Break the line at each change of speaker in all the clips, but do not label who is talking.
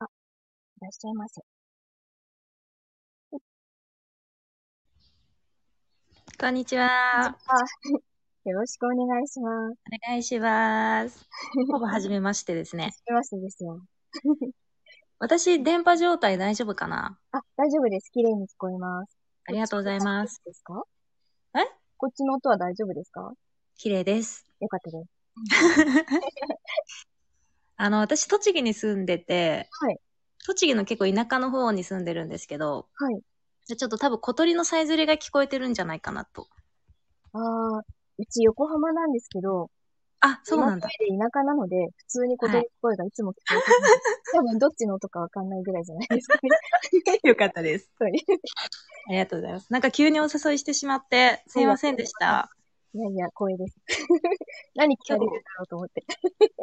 らっしゃいませ。
こんにちは。
よろしくお願いします。
お願いします。ほぼ初めましてですね。
してますですよ。
私、電波状態大丈夫かな
あ、大丈夫です。綺麗に聞こえます。
ありがとうございます。
ですか
え
こっちの音は大丈夫ですか
綺麗 です。
よかったです。
あの、私、栃木に住んでて、
はい
栃木の結構田舎の方に住んでるんですけど、
はい。
じゃあちょっと多分小鳥のさえずりが聞こえてるんじゃないかなと。
あー、うち横浜なんですけど、
あ、そうなんだ。
今まで田舎なので、普通に子供の声がいつも聞こえてる、 多分どっちの音かわかんないぐらいじゃないですかね。
よかったです。
そうね
ありがとうございます。なんか急にお誘いしてしまって、すいませんでした。
いやいや、光栄です。 何聞かれるんだろうと思って。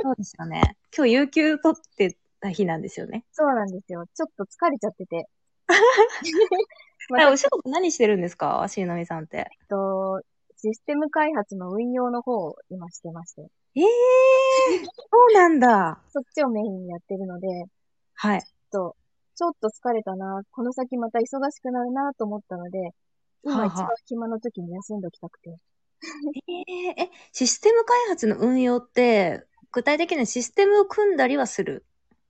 そうですよね。今日、有給取ってた日なんですよね。
そうなんですよ。ちょっと疲れちゃってて。ま
はい、
た
お仕事何してるんですかしのみさんって。
えっと、システム開発の運用の方を今してまして、
ええそうなんだ。
そっちをメインにやってるので、
はい。
と、ちょっと疲れたな、この先また忙しくなるなと思ったので、今
はあはあ
一番暇の時に休んでおきたくて。
ええシステム開発の運用って、具体的にシステムを組んだりはする。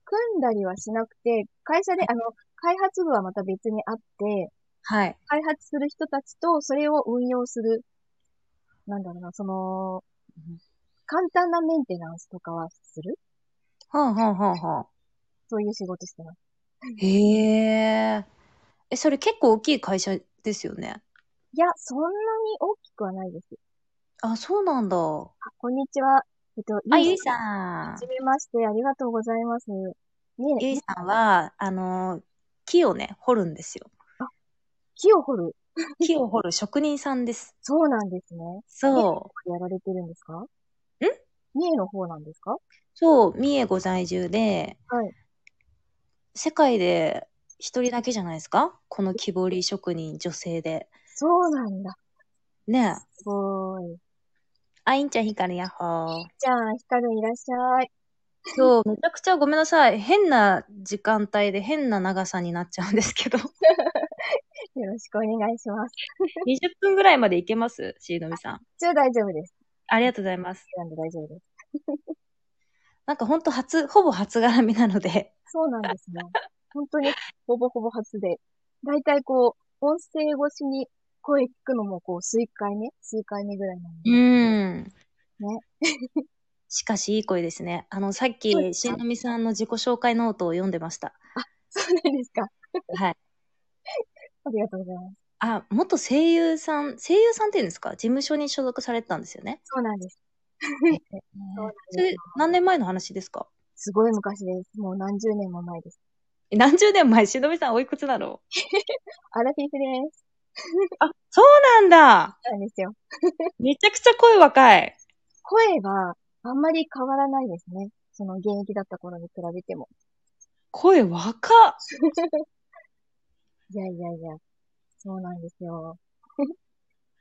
組んだりはしなくて、会社で、あの、開発部はまた別にあって、
はい。
開発する人たちとそれを運用する、なんだろうな、その
うん、
簡単なメンテナンスとかはする
ほうほうほうほう。
そういう仕事してます。
へえ。え、それ結構大きい会社ですよね。
いや、そんなに大きくはないです。
あ、そうなんだ。
あこんにちは。えっと、
あ、ゆ
ゆ
いさ
ん。は
ん
じ。めまして、ありがとうございます。ね
ゆい
え、
さんは、あの、木をね、掘るんですよ。
木を掘る。
木を掘る職人さんです。
そうなんですね。
そう。
やられてるんですかん三重の方なんですかは
そう、三重ご在住で、
い。
世界で一人だけじゃないですかこの木彫り職人女性で。
そうなんだ。
ねえ。
すごい。
あいんちゃんひかるやっほー。
じゃあ、ヒカルいらっしゃい。
今日めちゃくちゃごめんなさい。変な時間帯で変な長さになっちゃうんですけ ど。
よろしくお願いします。
20分ぐらいまでいけますしのみさん。
じゃあ大丈夫です。
ありがとうございます。
なんで大丈夫です。
なんかほんと初、ほぼ初絡みなので。
そうなんです ね。本当に、ほぼほぼ初で。だいたいこう、音声越しに声聞くのもこう、数回目数回目ぐらいなので。
ん。ね。 しかしいい声ですね。あの、さっ
そうで
き、
す
し
か
のみさんの自己紹介ノートを読んでました。
そうなんですか。
はい。
ありがとうございます。
あ、元声優さん、声優さんっていうんですか事務所に所属されてたんですよね。
そうなんです。そうなん
そ
で
れ何年前の話ですか
す。すごい昔です。もう何十年も前です。
え何十年前しのびさんおいくつだろう
アラフィフです。
あ、そうなんだ
そうなんですよ。
めちゃくちゃ声若い。
声はあんまり変わらないですね。その現役だった頃に比べても。
声若っ
いやいやいや。そうなんですよ。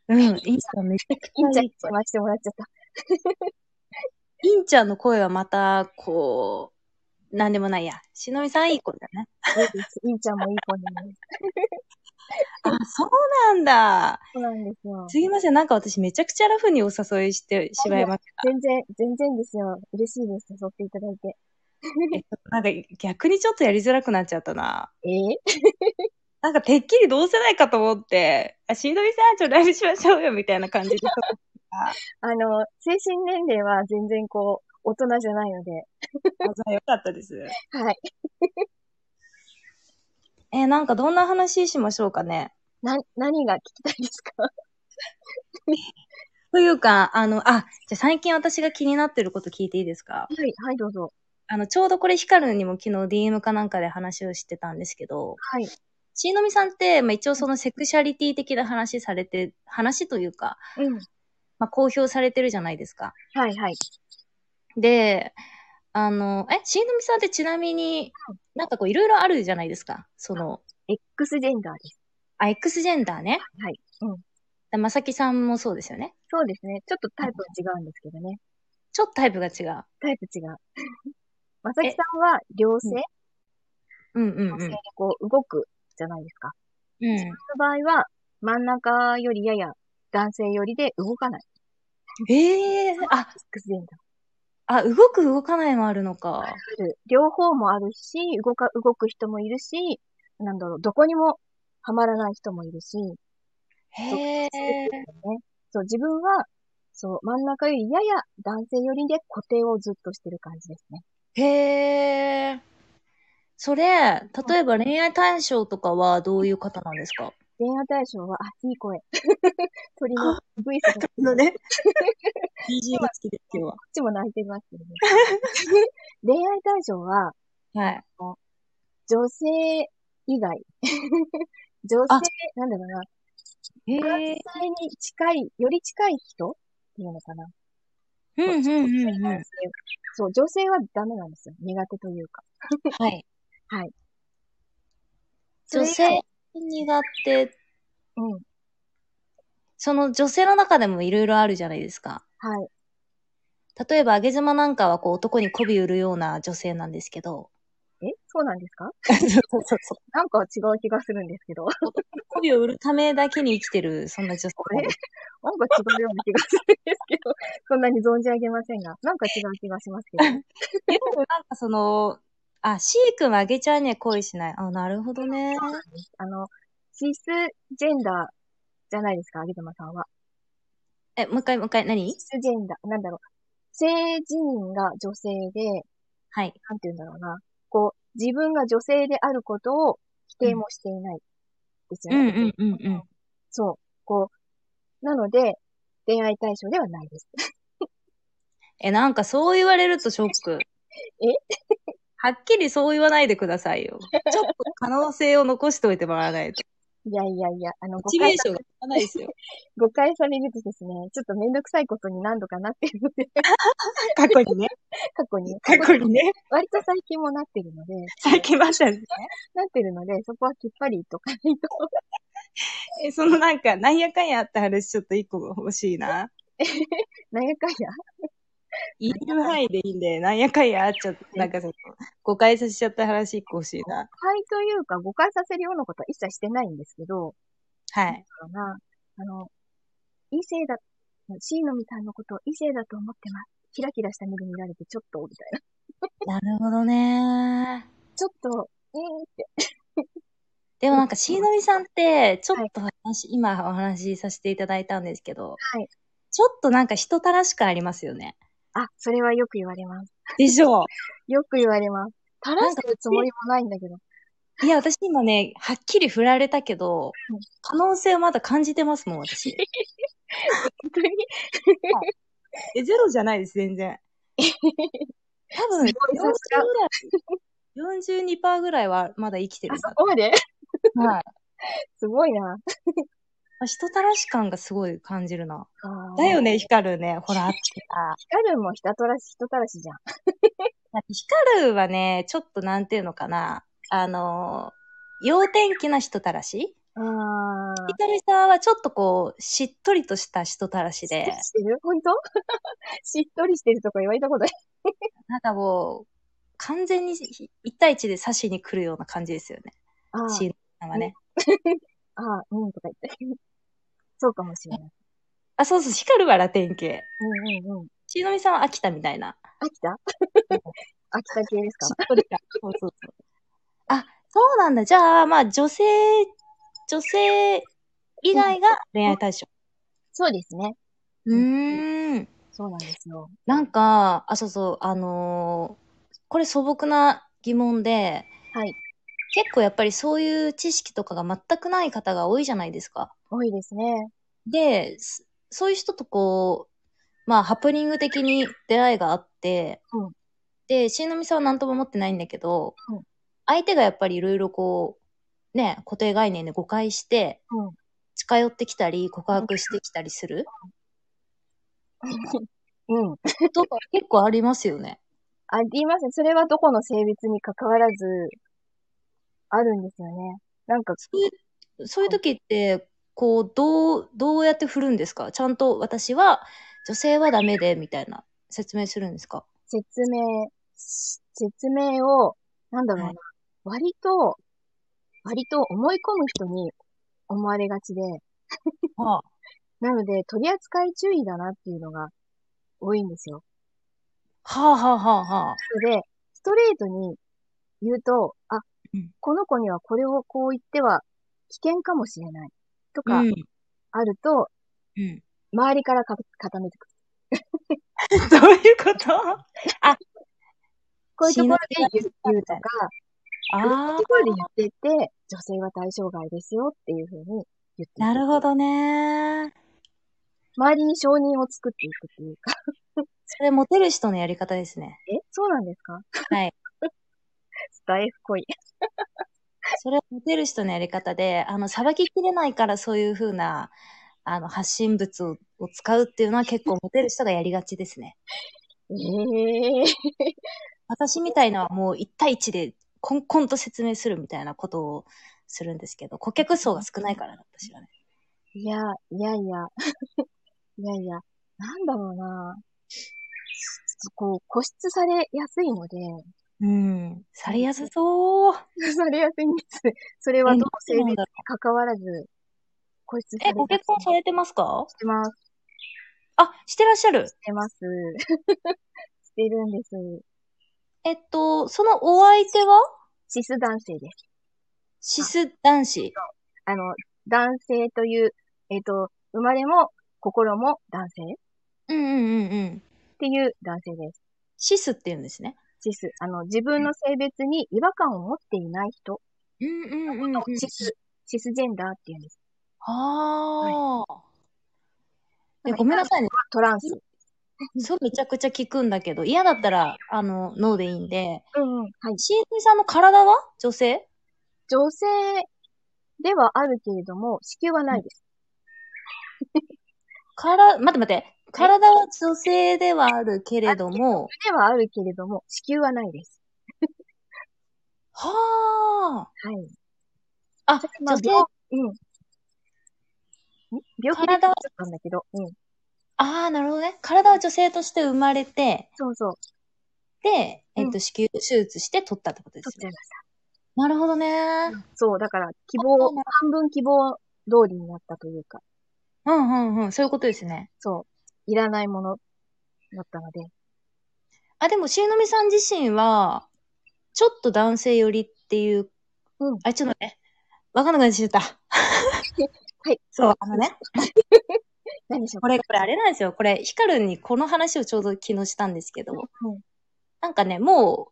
うん、インちゃんめちゃくち
インち
ゃ
ゃ
い
ん
い
に。邪魔してもらっちゃった。
インちゃんの声はまた、こう、なんでもないや。しのびさんいい声だね。
いいですインちゃんもいい子なんです。
あ、そうなんだ。
そうなんですよ。
すいません。なんか私めちゃくちゃラフにお誘いしてしまいまし
全然、全然ですよ。嬉しいです。誘っていただいて。
た。なんか逆にちょっとやりづらくなっちゃったな。
え
なんかてっきりどうせないかと思って、あ、しんどみさん、ちょっとライブしましょうよ、みたいな 感じで。
あの、精神年齢は全然こう、大人じゃないので。
よかったです。
はい。
えーなんかどんな話しましょうかね。
な、何が聞きたいですか
というか、あの、あ、じゃあ最近私が気になってること聞いていいですか
はい、はい、どうぞ。
あの、ちょうどこれヒカルにも昨日 DM かなんかで話をしてたんですけど、
はい。
しんのみさんって、まあ、一応そのセクシャリティ的な話されて、話というか、
うん。
まあ、公表されてるじゃないですか。
はい、はい。
で、あの、え、しんのみさんってちなみになんかこういろいろあるじゃないですか。その、
X ジェンダーです。
あ、X ジェンダーね。
はい。うん。
だまさきさんもそうですよね。
そうですね。ちょっとタイプは違うんですけどね。
ち ょっとタイプが違う。
タイプ違う。まさきさんは両性
うんうん
音
う
声
ん
で。こう動くじゃないですか。
うん。
その場合は、真ん中よりやや男性寄りで動かない。
ええあ、
クスデンダー
あ、動く動かないもあるのか。
ある両方もあるし、動か、動く人もいるし、なんだろう、どこにもはまらない人もいるし、
へえ。
そう、自分は、そう、真ん中よりやや男性寄りで固定をずっとしてる感じですね。
へえ。それ、例えば恋愛対象とかはどういう方なんですか
恋愛対象は、あ、いい 声。鳥の V さんこ
のね。BG が好きです、今日は。
っちも泣いてますけどね。 恋愛対象は、
はい。
女性以外。 女性
あ、
なんだろうな。
へ
関
え。
西に近い、より近い人っていうのかな。
うんうんうんう
男
ん。
性そう、女性はダメなんですよ。苦手というか。
はい。
はい。
女性苦手、
うん。
その女性の中でもいろいろあるじゃないですか。
はい。
例えば、あげ妻なんかはこう男に媚び売るような女性なんですけど。
えそうなんですか
そうそうそう。
なんか違う気がするんですけど。
媚びを売るためだけに生きてる、そんな女性なんです。
なんか違うような気がするんですけど。そんなに存じ上げませんが。なんか違う気がしますけど。
いやでもなんかその、あ、シー君はあげちゃんには恋しない。あ、なるほどね。
あの、シスジェンダーじゃないですか、アゲマさんは。
え、もう一回もう一回、何
シスジェンダー、なんだろう。性自認が女性で、
はい。
なんて言うんだろうな。こう、自分が女性であることを否定もしていない。です
う
よ
ん
ね。
うんうんうん。
そう。こう。なので、恋愛対象ではないです。
え、なんかそう言われるとショック。
え
はっきりそう言わないでくださいよ。ちょっと可能性を残しておいてもらわないと。
いやいやいや、あの、
モ
誤
チベー
解
シ
さ
ョンがつかないですよ。
誤解されるとですね、ちょっとめんどくさいことに何度かなってる ので、
過去にね。
過去に、
過去にね。
割と最近もなってるので、
最近ましたね。
なってるので、そこはきっぱり言っとかないと。
え、そのなんか、なんやかんやあった話、ちょっと一個欲しいな。
なんやかんや。
言える範囲でいいんで、なんやかんやあっちゃって、なんかその、誤解させちゃった話一個欲しいな。
はいというか、誤解させるようなことは一切してないんですけど、
はい。
だからな、あの、異性だ、C のみさんのことを異性だと思ってます。キラキラした目で見られて、ちょっと、みたいな。
なるほどね。
ちょっと、えーって。
でもなんか、しのみさんって、ちょっと話、今お話しさせていただいたんですけど、
はい
ちょっとなんか人たらしくありますよね。
あ、それはよく言われます。
でしょ
よく言われます。垂らしてるつもりもないんだけど。
う。いや、私今ね、はっきり振られたけど
うん、
可能性をまだ感じてますもん、私。
本当に
え、ゼロじゃないです、全 然。多分、40
すごいさ
ぐらい、42%ぐらいはまだ生きて
あ
るん
そ
だ。
こまで
はい。
すごいな。
人たらし感がすごい感じるな。
あー
だよ。ね、ヒカルね。ほら、あってさ。
ヒカルンも人たらし、人たらしじゃん。
だってヒカルはね、ちょっとなんていうのかな。あのー、陽天気な人たらし
あ
ヒカルさんはちょっとこう、しっとりとした人たらし
しっとり、
で
してる本当 しっとりしてるとか言われたことない。
なんかもう、完全にひ一対一で刺しに来るような感じですよね。
あー
シーンさんはね。
あー、うんとか言って。そうかもしれない。
あ、そうそう、ヒカルはラテン系。
うんうんうん。
しのみさんは秋田みたいな。
秋田 秋田系ですか
しっとり感そうそうそう。あ、そうなんだ。じゃあ、まあ、女性、女性以外が恋愛対象。
そうですね。
うーん。
そうなんですよ。
なんか、あ、そうそう、あのーこれ素朴な疑問で、
はい。
結構やっぱりそういう知識とかが全くない方が多いじゃないですか。
多いですね。
で、そそういう人とこう、まあ、ハプニング的に出会いがあって、
うん
で、しのみさんは何とも思ってないんだけど、
うん
相手がやっぱりいろいろこう、ね、固定概念で誤解して、
うん
近寄ってきたり、告白してきたりする
うん。
ことが結構ありますよね。
ありますね。それはどこの性別に関わらず、あるんですよね。なんか、
そういう、そういう時って、こう、どう、どうやって振るんですかちゃんと私は、女性はダメで、みたいな説明するんですか
説明し、説明を、なんだろうな、
はい
割と、割と思い込む人に思われがちで、
はあ、
なので取り扱い注意だなっていうのが多いんですよ。
はあ、はあ、はあ、はあ。
なので、ストレートに言うと、あ
うん、
この子にはこれをこう言っては危険かもしれないと か
うん。
あると、
うん。
周りからか固めてくる。
どういうことあ
こういうところで言
しの
う言うとか、こういう
あ
ところで言ってて、女性は対象外ですよっていうふうに言っていく
ー、なるほどね。
周りに承認を作っていくっていうか。
それモテる人のやり方ですね。
えそうなんですか
はい。
スタイフ恋。
それはモテる人のやり方で、あの、さばききれないからそういうふうな、あの、発信物をを使うっていうのは結構モテる人がやりがちですね。
ええ
私みたいのはもう一対一でコンコンと説明するみたいなことをするんですけど、顧客層が少ないからだ、私はね。
いや、いやいや。 いやいや。なんだろうな。こう、固執されやすいので、
うん。されやすそう。
されやすいんです。それはどの性
えなん
別
だ
に
ろ
関わらず、固執され
え、ご結婚されてますか
してます。
あ、してらっしゃる。
してます。 してるんです。
えっと、そのお相手は
シス男性です。
シス男子。
あの、男性という、えっ、と、生まれも心も男性っ
うんうんうんうん。
ていう男性です。
シスって言うんですね。
シス。あの、自分の性別に違和感を持っていない人
うんうんう
のシス、シスジェンダーっていうんです。
ああ。えごめんなさいね。
トランス。
そうめちゃくちゃ聞くんだけど、嫌だったら、あの、脳でいいんで。
うんうん。はい。
新人さんの体は女性
女性ではあるけれども、子宮はないです。
から、待って待って。体は女性ではあるけれども、
ではあるけれども、子宮はないです。
は
はい。
あ。あ、
まあ
女性、
病うん。ん病気だっち
体
ゃっ
は
たんだけど、うん。
ああ、なるほどね。体は女性として生まれて、
そうそう。
で、えっ
うん
と、子宮手術して取ったってことで
取っ
す
ちゃい
ね
ま。した。
なるほどね。
そう、だから、希
そ
望
うな、
半分希望通りになったというか、
うんうんうん。そういうことですね。
そう、いらないものだったので、
あ、でも、しのみさん自身は、ちょっと男性寄りっていう、
うん。
あ、ちょっと待って。わかんなくなってきちゃった。はい そう、あのね、
何でしょう
これ、これあれなんですよ。これ、ヒカルンにこの話をちょうど昨日したんですけど、
うん
なんかね、も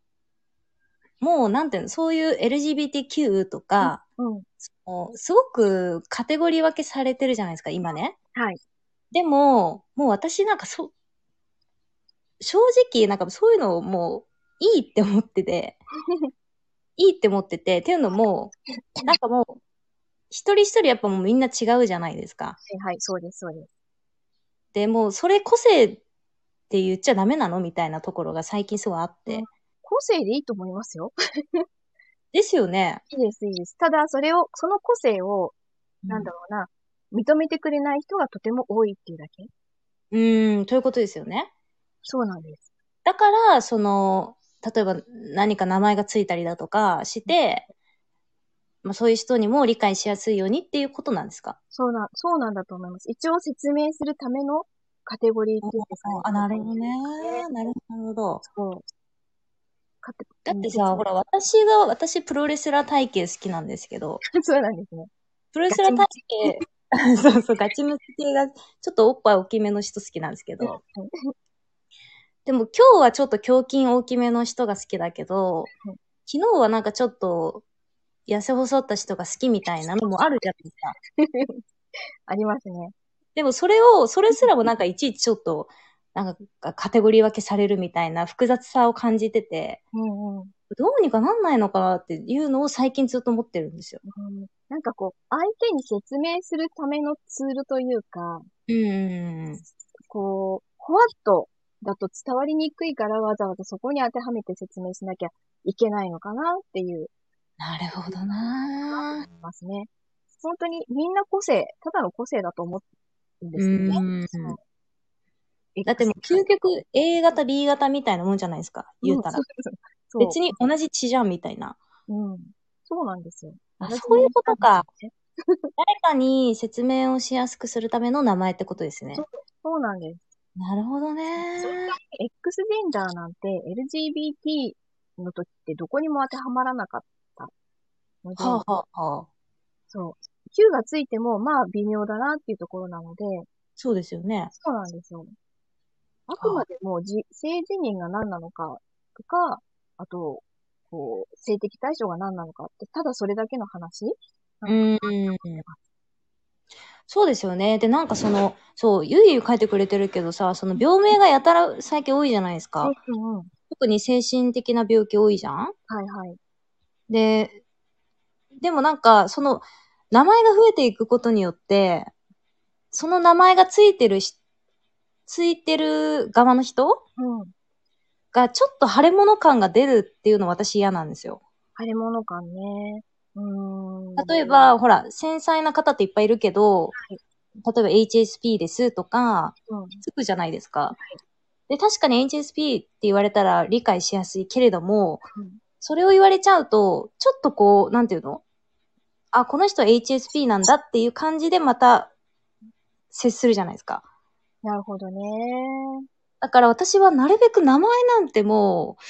う、もう、なんていうの、そういう LGBTQ とか、
うん、
もうすごくカテゴリー分けされてるじゃないですか、今ね。
はい。
でも、もう私なんかそ、正直なんかそういうのをもういいって思っ てて、いいって思ってて、っていうのも、なんかもう、一人一人やっぱもうみんな違うじゃないですか。
はい、そうです、そうです。
でもうそれ個性って言っちゃダメなのみたいなところが最近すごいあって。
うん個性でいいと思いますよ。
ですよね。
いいです、いいです。ただ、それを、その個性を、なんだろうな、認めてくれない人がとても多いっていうだけ。
うーん、ということですよね。
そうなんです。
だから、その、例えば何か名前がついたりだとかして、まあ、そういう人にも理解しやすいようにっていうことなんですか
そうな、そうなんだと思います。一応説明するためのカテゴリーっていうんですかね
あ、なるほどね。なるほど。
そう。カテ
だってさ、ほら、私が、私、プロレスラー体型好きなんですけど、
そうなんですね。
プロレスラー体型、 そうそう、ガチムチ系が、ちょっとおっぱい大きめの人好きなんですけ
うん
ど、でも今日はちょっと胸筋大きめの人が好きだけど
うん、
昨日はなんかちょっと、痩せ細った人が好きみたいなのもあるじゃないですか。
ありますね。
でもそれを、それすらもなんかいちいちちょっと、なんかカテゴリー分けされるみたいな複雑さを感じてて、
うんうん。
どうにかなんないのかなっていうのを最近ずっと思ってるんですよ。
うんなんかこう、相手に説明するためのツールというか、
うん。
こう、ほわっとだと伝わりにくいからわざわざそこに当てはめて説明しなきゃいけないのかなっていう、
なるほどな
思いますね。本当にみんな個性、ただの個性だと思うんですよね。
うん
うん
だってもう究極 A 型 B 型みたいなもんじゃないですか、言うたら。
そうそうそう
別に同じ血じゃんみたいな。
うん。そうなんですよ。
あ
私も
そういうことか。
言ったんですよね
誰かに説明をしやすくするための名前ってことですね。
そうなんです。
なるほどね
そ。んなに X ジェンダーなんて LGBT の時ってどこにも当てはまらなかったので、
はあ、はあはあ、
そう。Q がついても、まあ微妙だなっていうところなので、
そうですよね。
そうなんですよ。あくまでもじ、性自認が何なのかとか、あと、こう、性的対象が何なのかって、ただそれだけの話
うん。そうですよね。で、なんかその、そう、ゆいゆい書いてくれてるけどさ、その病名がやたら最近多いじゃないですか。
うんうん。は
特に精神的な病気多いじゃん
いはい。
で、でもなんか、その、名前が増えていくことによって、その名前がついてるし、ついてる側の人
うん。
がちょっと腫れ物感が出るっていうの私嫌なんですよ。
腫れ物感ね。うーん。
例え、ば、ほら、繊細な方っていっぱいいるけど、
い
例えば HSP ですとか、
うん。
つくじゃないですか。で、確かに HSP って言われたら理解しやすいけれども、
うん
それを言われちゃうと、ちょっとこう、なんていうのあ、この人は HSP なんだっていう感じでまた接するじゃないですか。
なるほどね。
だから私はなるべく名前なんてもう、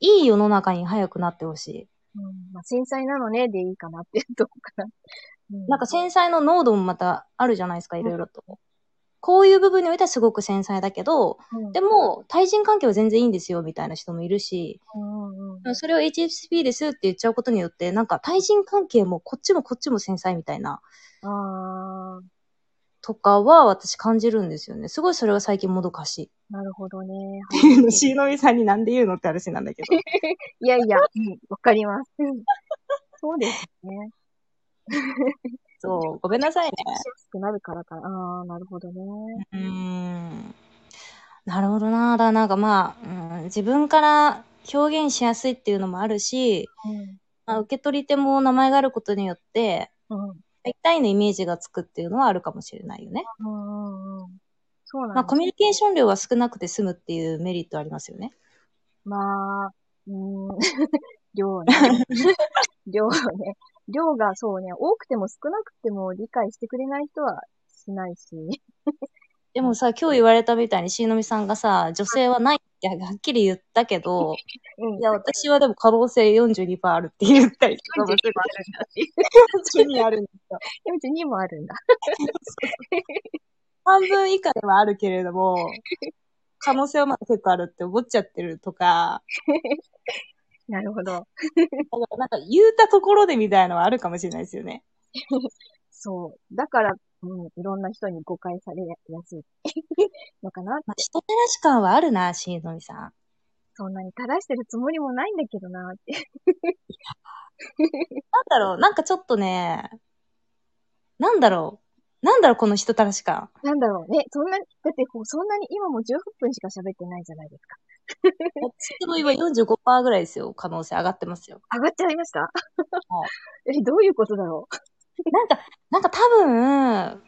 いい世の中に早くなってほしい。
うん。まあ、繊細なのね、でいいかなっていう とこかな。うん
なんか繊細の濃度もまたあるじゃないですか、いろいろと。こういう部分においてはすごく繊細だけど、
うん
でも、対人関係は全然いいんですよ、みたいな人もいるし、
うんうん。
それを HSP ですって言っちゃうことによって、なんか対人関係もこっちもこっちも繊細みたいな、
ああ、
とかは私感じるんですよね。すごいそれが最近もどかしい。っ
なるほどね。
ていう の、しのみさんになんで言うのって話なんだけど。
いやいや、うんわかります。うんそうですね。
そう、ごめんなさいね。
しやすくなるからか。ああ、なるほどね。
うーん。なるほどな。だからなんかまあ、うん、自分から表現しやすいっていうのもあるし、まあ、受け取り手も名前があることによって、
うん。うん。
一体のイメージがつくっていうのはあるかもしれないよね。
うんうんうん。そうなん
まあ、
です
コミュニケーション量は少なくて済むっていうメリットありますよね。
まあ、うーん、 量ね。 量ね。量がそうね、多くても少なくても理解してくれない人はしないし。
でもさ、今日言われたみたいに、しのみさんがさ、女性はないってはっきり言ったけど、
うん
いや、私はでも可能性42%あるって言ったりとかも する。42あるんですよ。
42もあるんだ。
半分以下ではあるけれども、可能性はまだ結構あるって思っちゃってるとか、
なるほど。
だからなんか言うたところでみたいのはあるかもしれないですよね。
そう。だから、うん、いろんな人に誤解されやすいのかな。
まあ、人たらし感はあるな、しのみさん。
そんなに正してるつもりもないんだけどなって。
なんだろう、なんかちょっとね、なんだろう、なんだろう、この人たらし感。
なんだろうね。そんな、だってこう、そんなに今も18分しか喋ってないじゃないですか。
でも今45%ぐらいですよ、可能性上がってますよ。
上がっちゃいました え、どういうことだろう
なんか、なんか多分、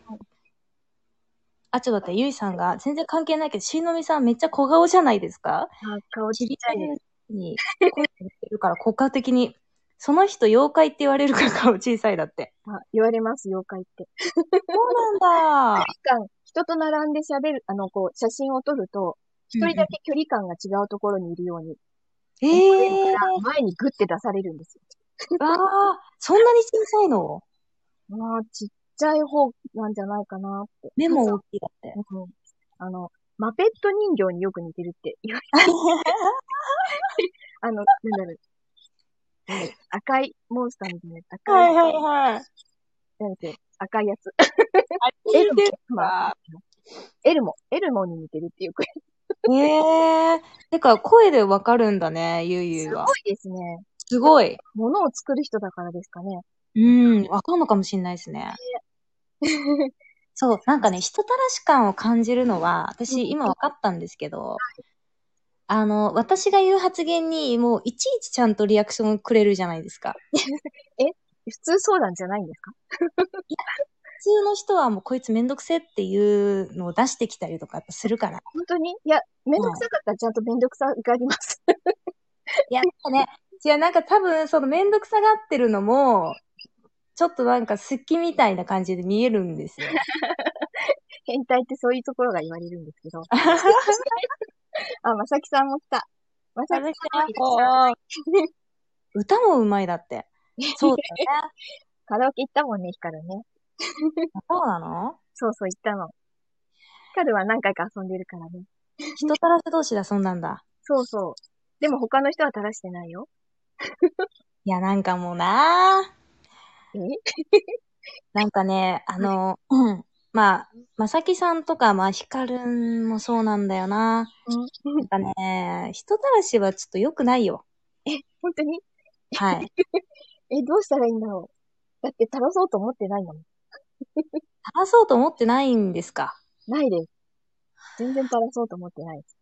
あ、ちょっと待って、ゆいさんが、全然関係ないけど、しのみさんめっちゃ小顔じゃないですか
あ、顔ち
知
っち
り
ゃ
た
い
い
です。
に、声が出てるから、骨格的に。その人、妖怪って言われるから顔小さいだって。
あ、言われます、妖怪って。
そうなんだ。
距離感、人と並んで喋る、あの、こう、写真を撮ると、一人だけ距離感が違うところにいるように、
ええー、
前にグッて出されるんですよ。
わあ、そんなに小さいの
まあ、ちっちゃい方なんじゃないかなって。
目も大きいだって。
うんあの、マペット人形によく似てる って言われて、あの、なんだろう。赤いモンスターみたいなやつ。赤い、
はいはい。
なんだっけ赤いやつ。
あ
エ
れ
ル
似てる
モ。
わ。
エルモ。エルモに似てるっていうくらい。
ええー。てか、声でわかるんだね、ゆいゆい
すご
は。
いですね。
すごい。
物を作る人だからですかね。
うん、わかんのかもしんないですね。そう、なんかね、人たらし感を感じるのは、
うん
私今わかったんですけど、あの、私が言う発言にもういちいちちゃんとリアクションをくれるじゃないですか。
普通そうなんじゃないんですか
普通の人はもうこいつめんどくせえっていうのを出してきたりとかやっぱするから。
本当にいや、めんどくさかったらちゃんとめんどくさがります。
いや、なんかね、いや、なんか多分、そのめんどくさがってるのも、ちょっとなんか好きみたいな感じで見える んですよ。
変態ってそういうところが言われるんです けど。あ、まさきさんも来た。まさきさんも来た。
歌もうまいだって。そうだよね。
カラオケ行ったもんね、ヒカルね。
そうなの
そうそう、行ったの。ヒカルは何回か遊んでるからね。
人たらし同士で遊んだんだ。
そうそう。でも他の人は垂らしてないよ。
いや、なんかもうなぁ。
え
なんかね、あの、うんまあ、まさきさんとか、まあ、ひかるんもそうなんだよな。なんかね、人たらしはちょっと良くないよ。
本当に
はい。
え、どうしたらいいんだろう。だって垂らそうと思ってないんだもん。
垂らそうと思ってないんですか。
ないです。全然垂らそうと思ってないです。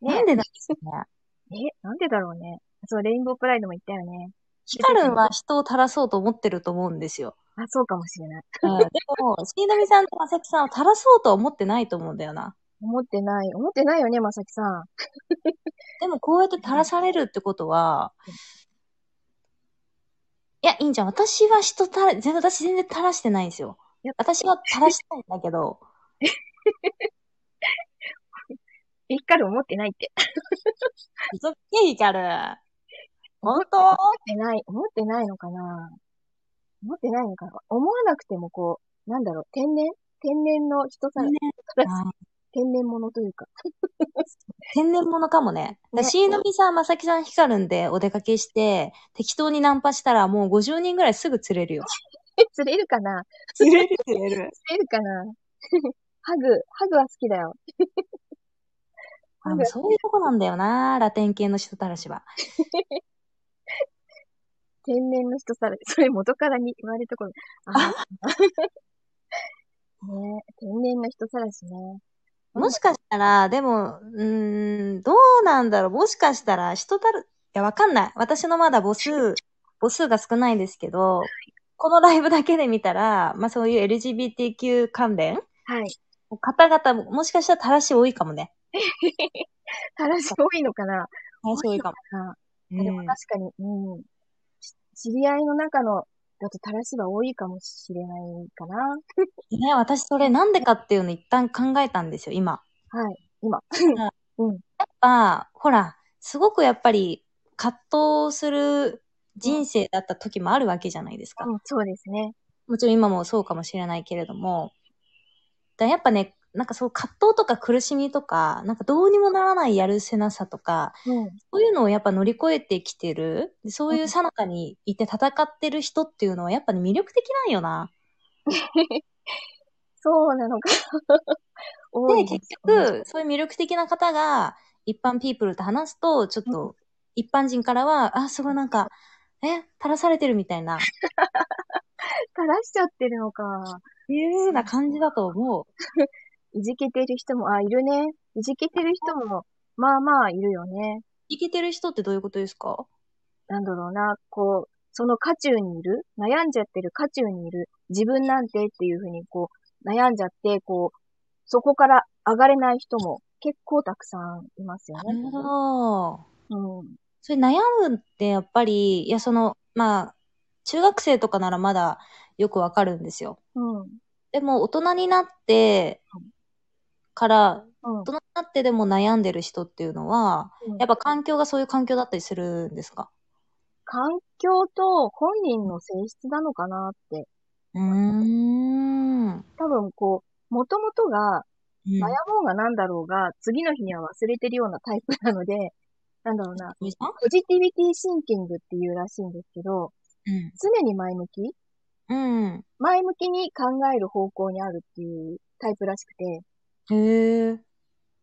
ね
なんでなんですかね。
え、なんでだろうね。そう、レインボープライドも言ったよね。
ひかるんは人を垂らそうと思ってると思うんですよ。
あ、そうかもしれない。
うん、でも、しーのみさんとまさきさんは垂らそうとは思ってないと思うんだよな。
思ってない。思ってないよね、まさきさん。
でも、こうやって垂らされるってことは、いや、いいんじゃん。私は人垂ら、全然、私全然垂らしてないんですよ
やっ。
私は垂らしたいんだけ ど、
え、ヒカル思ってないって。
嘘っけ、ヒカル。本当
思ってない、思ってないのかな思ってないのかな思わなくてもこう、なんだろう、天然天然の人さら、天然物というか。
天然物かもね。だ
ね
しーのみさん、まさきさん、ひかるんでお出かけして、適当にナンパしたらもう50人ぐらいすぐ釣れるよ。
え、釣れるかな
釣れる、釣れる。
釣れるかな ハグ、ハグは好きだよ。
あもうそういうとこなんだよな、ラテン系の人たらしは。
天然の人さら、 それ元からに言われるところ。あ ねえ天然の人さらしね。
もしかしたら、でも、うーん、どうなんだろう。もしかしたら、人たる、いや、わかんない。私のまだ母数、母数が少ないですけど、このライブだけで見たら、まあそういう LGBTQ 関連
はい。
方々も、もしかしたら、たらし多いかもね。
さらし多いのかな
たらし多いかも。
あ
うん
でも確かに、うん。知り合いの中の、だと、たらしは多いかもしれないかな。
でね、私それなんでかっていうの一旦考えたんですよ、今。
はい。今。
あほら、すごくやっぱり葛藤する人生だった時もあるわけじゃないですか。
うん、そうですね。
もちろん今もそうかもしれないけれども、だやっぱね、なんかそう葛藤とか苦しみとか、なんかどうにもならないやるせなさとか、
うん。
そういうのをやっぱ乗り越えてきてる、でそういうさなかにいて戦ってる人っていうのはやっぱね、魅力的なんよな。
そうなのか。 多
で、
いね
結局、そういう魅力的な方が、一般ピープルと話すと、ちょっと、一般人からは、あ、すごいなんか、え、垂らされてるみたいな、
垂らしちゃってるのか。
いうような感じだと思う。
いじけてる人も、あ、いるね。いじけてる人も、まあまあいるよね。
いけてる人ってどういうことですか
なんだろうな、こう、その渦中にいる、悩んじゃってる渦中にいる、自分なんてっていうふうに、こう、悩んじゃって、こう、そこから上がれない人も結構たくさんいますよ
なる
ね。
ほど。
うん。
それ悩むってやっぱり、いや、その、まあ、中学生とかならまだよくわかるんですよ。
うん。
でも、大人になってから、
うん
大。人になってでも悩んでる人っていうのは、やっぱ環境がそういう環境だったりするんですか
環境と本人の性質なのかなって。
うーん。うん
多分こう、もともとが、悩もうがなんだろうが、次の日には忘れてるようなタイプなので、なんだろうな、
みさん
ポジティビティシンキングっていうらしいんですけど、常に前向き
うん。
前向きに考える方向にあるっていうタイプらしくて、
うん。へえ。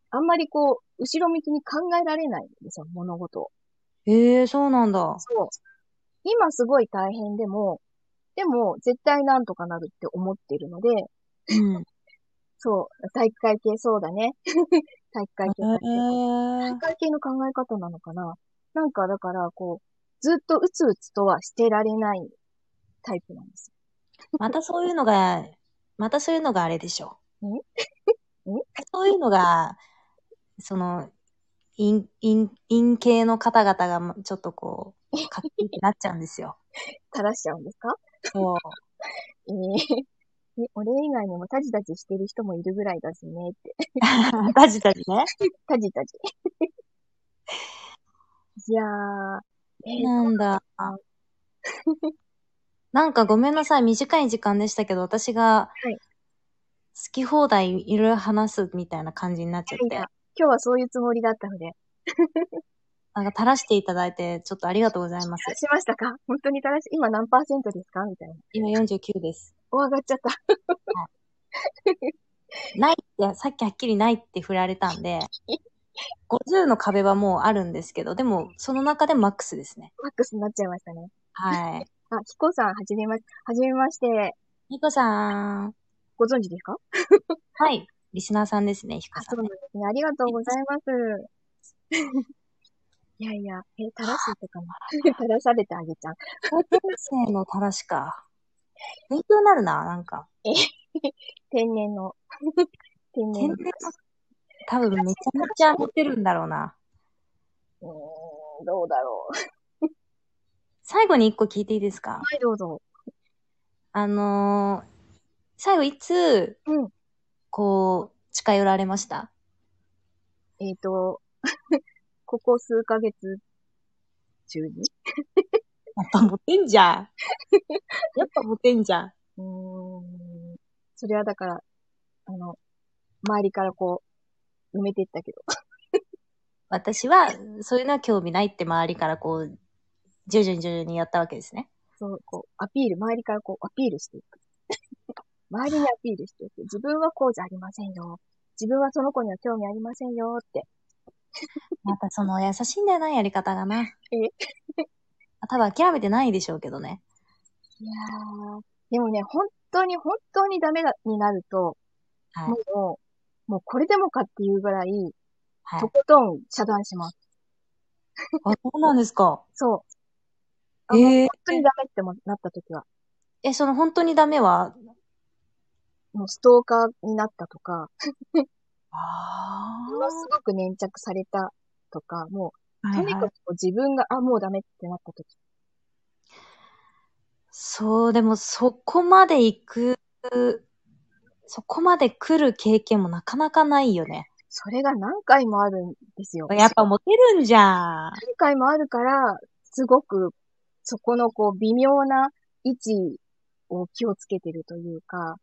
あんまりこう、後ろ向きに考えられないんですよ、物事を。
へえ、そうなんだ。
そう。今すごい大変でも、でも絶対なんとかなるって思ってるので、
うん。へ
そう、体育会系そうだね。 体育会系。体
え
育。会系の考え方なのかななんかだから、こう、ずっとうつうつとはしてられないタイプなんです
またそういうのが、またそういうの があれでしょ
んん。
そういうのが、その、陰、陰、陰系の方々がまちょっとこ う、かっこいいってなっちゃうんですよ。
垂らしちゃうんですか
そう。
えええ俺以外にもタジタジしてる人もいるぐらいだしねって。
タジタジね。
タジタジ。 いやー、えー
なんだ。なんかごめんなさい、短い時間でしたけど、私が
い、
好き放題いろいろ話すみたいな感じになっちゃっ
いやい
て
や、今日はそういうつもりだったので、
なんか垂らしていただいて、ちょっとありがとうございます
垂。らしましたか本当に垂らし、今何パーセントですかみたいな。
今49です。
お、上がっちゃった。
ないって、さっきはっきりないって振られたん で、50の壁はもうあるんですけど、でも、その中でマックスですね。
マックスになっちゃいましたね。
はい。
あ、ヒコさん、はじめま、はじめまして、
ヒコさん。
ご存知ですか
はい。リスナーさんですね、ヒコ
あ、
さ
そうんなん
ね。
ですね。ありがとうございます。 いやいや、え、垂らしてたかも。 垂らされてあげちゃう。
高校生の垂らしか。勉強になるな、なんか。
天然の。天然
全
の
然。、多分めちゃめちゃ持ってるんだろうな。
うーん、どうだろう。
最後に一個聞いていいですか
はい、どうぞ。
あのー、最後いつ、
うん
こう、近寄られました
えっ、と、 ここ数ヶ月中に
やっぱモテんじゃん。 やっぱモテんじゃん。
うーん。それはだから、あの、周りからこう、埋めていったけど。
私は、そういうのは興味ないって周りからこう、徐々に徐々にやったわけですね。
そう、こう、アピール、周りからこう、アピールしていく。 周りにアピールしていく。自分はこうじゃありませんよ。自分はその子には興味ありませんよって。
またその優しいんだよな、やり方 がな。え多分諦めてないでしょうけどね。
いやー。でもね、本当に本当にダメだ、になると、
はい。
もう、もうこれでもかっていうぐらい、
はい
と。ことん遮断します。
あ、そうなんですか。
そう。あもう
ええ
本当にダメってもなった時は、
え、その本当にダメは、
もうストーカーになったとか、
あ
ものすごく粘着されたとか、も
あ。
う、
は
と
い
に
は
か
い
く。自分が、あ、もうダメってなった時。
そう、でもそこまで行く、そこまで来る経験もなかなかないよね。
それが何回もあるんですよ。
やっぱモテるんじゃん。
何回もあるから、すごく、そこのこう、微妙な位置を気をつけてるというか、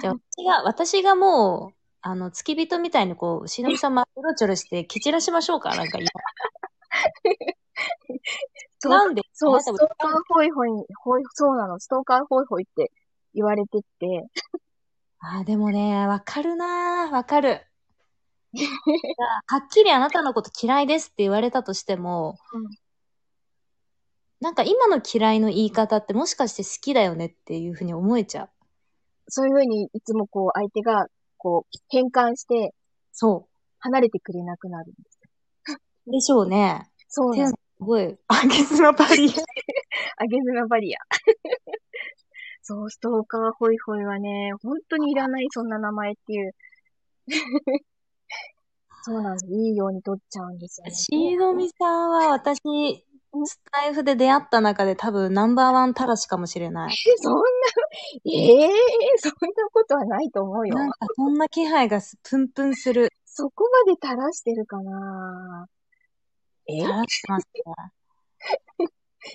じゃあ、私が、私がもう、あの、付き人みたいにこう、しのぶ さんまうろちょろして、蹴散らしましょうかなんか今。なんで
そう、
あ
ス
な
ト
た
ーカーホイホイ、ホイ、そうなの、ストーカーホイホイって言われてって、
あー、でもね、わかるなーわかる。はっきりあなたのこと嫌いですって言われたとしても、
うん
なんか今の嫌いの言い方ってもしかして好きだよねっていうふうに思えちゃう。
そういうふうにいつもこう、相手が、こう、変換して、
そ
離れてくれなくなるんです。
う。でしょうね。
そう
ってい
な
うの
の
す。ごい、アゲスのパリ。
あげずなバリア。 そう、ストーカーホイホイはね、本当にいらない、そんな名前っていう。 そうなんです。いいように取っちゃうんですよね。
しのみさんは私、スタイフで出会った中で多分ナンバーワンたらしかもしれない。
え そんな、ええそんなことはないと思うよ。
なんかそんな気配がすプンプンする。
そこまで垂らしてるかなえ
垂らしてますね。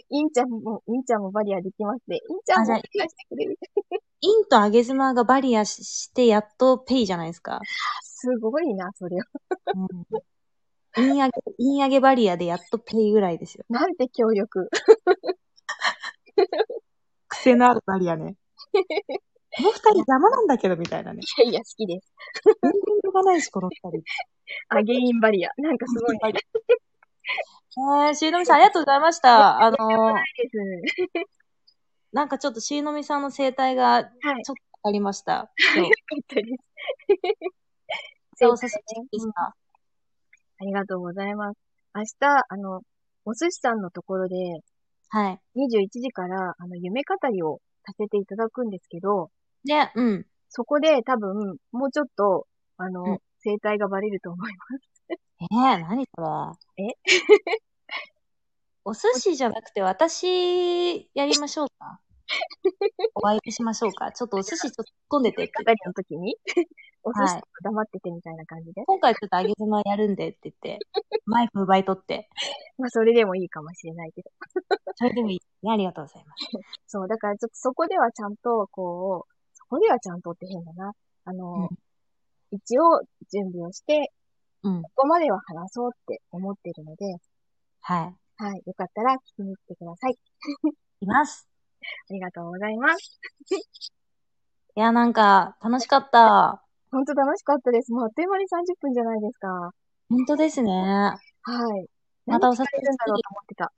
インちゃんも、インちゃんもバリアできますね。インちゃん
あじ
も
ゃあ
バリアしてくれる。
インとアゲズマがバリアししてやっとペイじゃないですか。
すごいな、それは。
うん。インアゲ、インアゲバリアでやっとペイぐらいですよ。
なんて協力。
癖のあるバリアね。この二人邪魔なんだけど、みたいなね。
いやいや、好きです。
全然呼ばないし、この二人。
あゲインバリア。なんかすごいね。
えー、しーのみさん、ありがとうございました。あのー
です。
なんかちょっとしーのみさんの生態が、ち
はい。
ょっとありました。今
よ
日、
かったです。
おさせていいですか、
ありがとうございます。明日、あの、お寿司さんのところで、
はい。
21時から、あの、夢語りをさせていただくんですけど、
で、うん。
そこで多分、もうちょっと、あの、
うん
生態がバレると思います。
ええ何それ。えお寿司じゃなくて私やりましょうか。お相手しましょうか。ちょっとお寿司ちょっと突っ込んでて って。
語りの時に、お寿司
はい
黙っててみたいな感じで。
今回ちょっと揚げ妻やるんでって言って、マイク奪い取って、
まあ、それでもいいかもしれないけど。
それでもいいですね。ありがとうございます。
そう、だからちょっとそこではちゃんと、こう、そこではちゃんとって変だな。あの、一応準備をして、
うん。
ここまでは話そうって思ってるので、
はい。
はい、よかったら聞きに来てください。
います。
ありがとうございます。
いや、なんか、楽しかった。
本当楽しかったです。もうあっという間に30分じゃないですか。は
本当です
い。
ね。
何
またお
聞か
酒
れるんだろうと思ってた。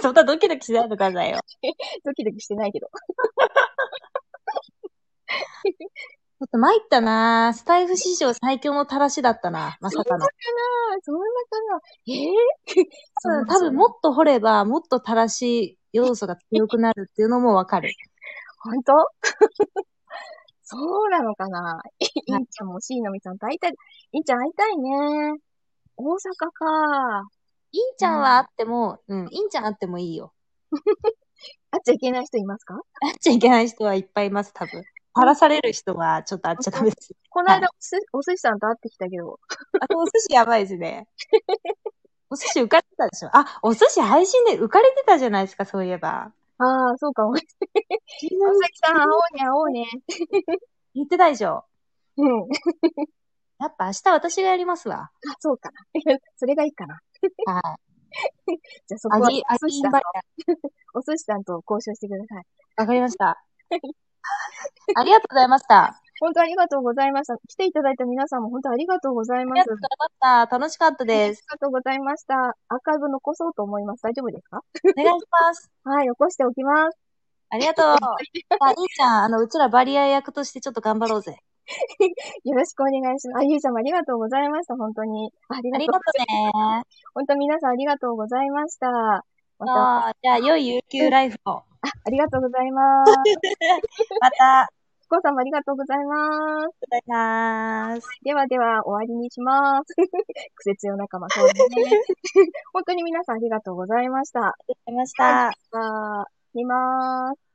そんなドキドキしないでくださいよ。
ドキドキしてないけど。
ちょっと参ったなスタイフ史上最強のたらしだったなまさかの。
ああ、そんなかな。ええ
多分多分もっと掘れば、もっとたらし要素が強くなるっていうのもわかる。
本当 そうなのかな、い、いんちゃんもしいのみさんと会いたい。いんちゃん会いたいね。大阪か。
インちゃんはあっても、うん、インちゃんあってもいいよ。
会っちゃいけない人いますか
あっちゃいけない人はいっぱいいます、多分。たらされる人はちょっとあっちゃダメです。
この間、
は
おすお寿司さんと会ってきたけど、
あとお寿司やばいですね。 お寿司浮かれてたでしょあ、お寿司配信で浮かれてたじゃないですか、そういえば。
ああ、そうかも。佐々木さん、会おうね、会おうね。
言ってたでしょ
うん。
やっぱ明日私がやりますわ。
あ、そうかな。 それがいいかな。
はい。
じゃあそこは、お
味、
寿
味
司
イ
さ
ン
ん
バ
と
イ、
お寿司さんと交渉してください。
わかりました。ありがとうございました。あ
本当ありがとうございました。来ていただいた皆さんも本当ありがとうござい
り
ま
が
す
とう。ございました。楽しかった
あり
です。
がとうございました。アーカイブ残そうと思います。大丈夫ですか
お願いします。
はい、残しておきます。
ありが とう。あ、いいちゃん、あの、うちらバリア役としてちょっと頑張ろ うぜ。
よろしくお願いします。あ、ゆうちゃんもありがとうございました。本当に。あり
あ
がと
り
う
がとうね。
本当皆さんありがとうございました。また、あ
あーじゃあ、良い有給ライフを。
りがとうございます。
ま た、あ
ひこさんもありがとうございます。
りがとうございます。
ではでは、終わりにします。 苦節用仲間、そうですね。本当に皆さんありがとうございました。
ありがとうございました。
じゃあ、見まーす。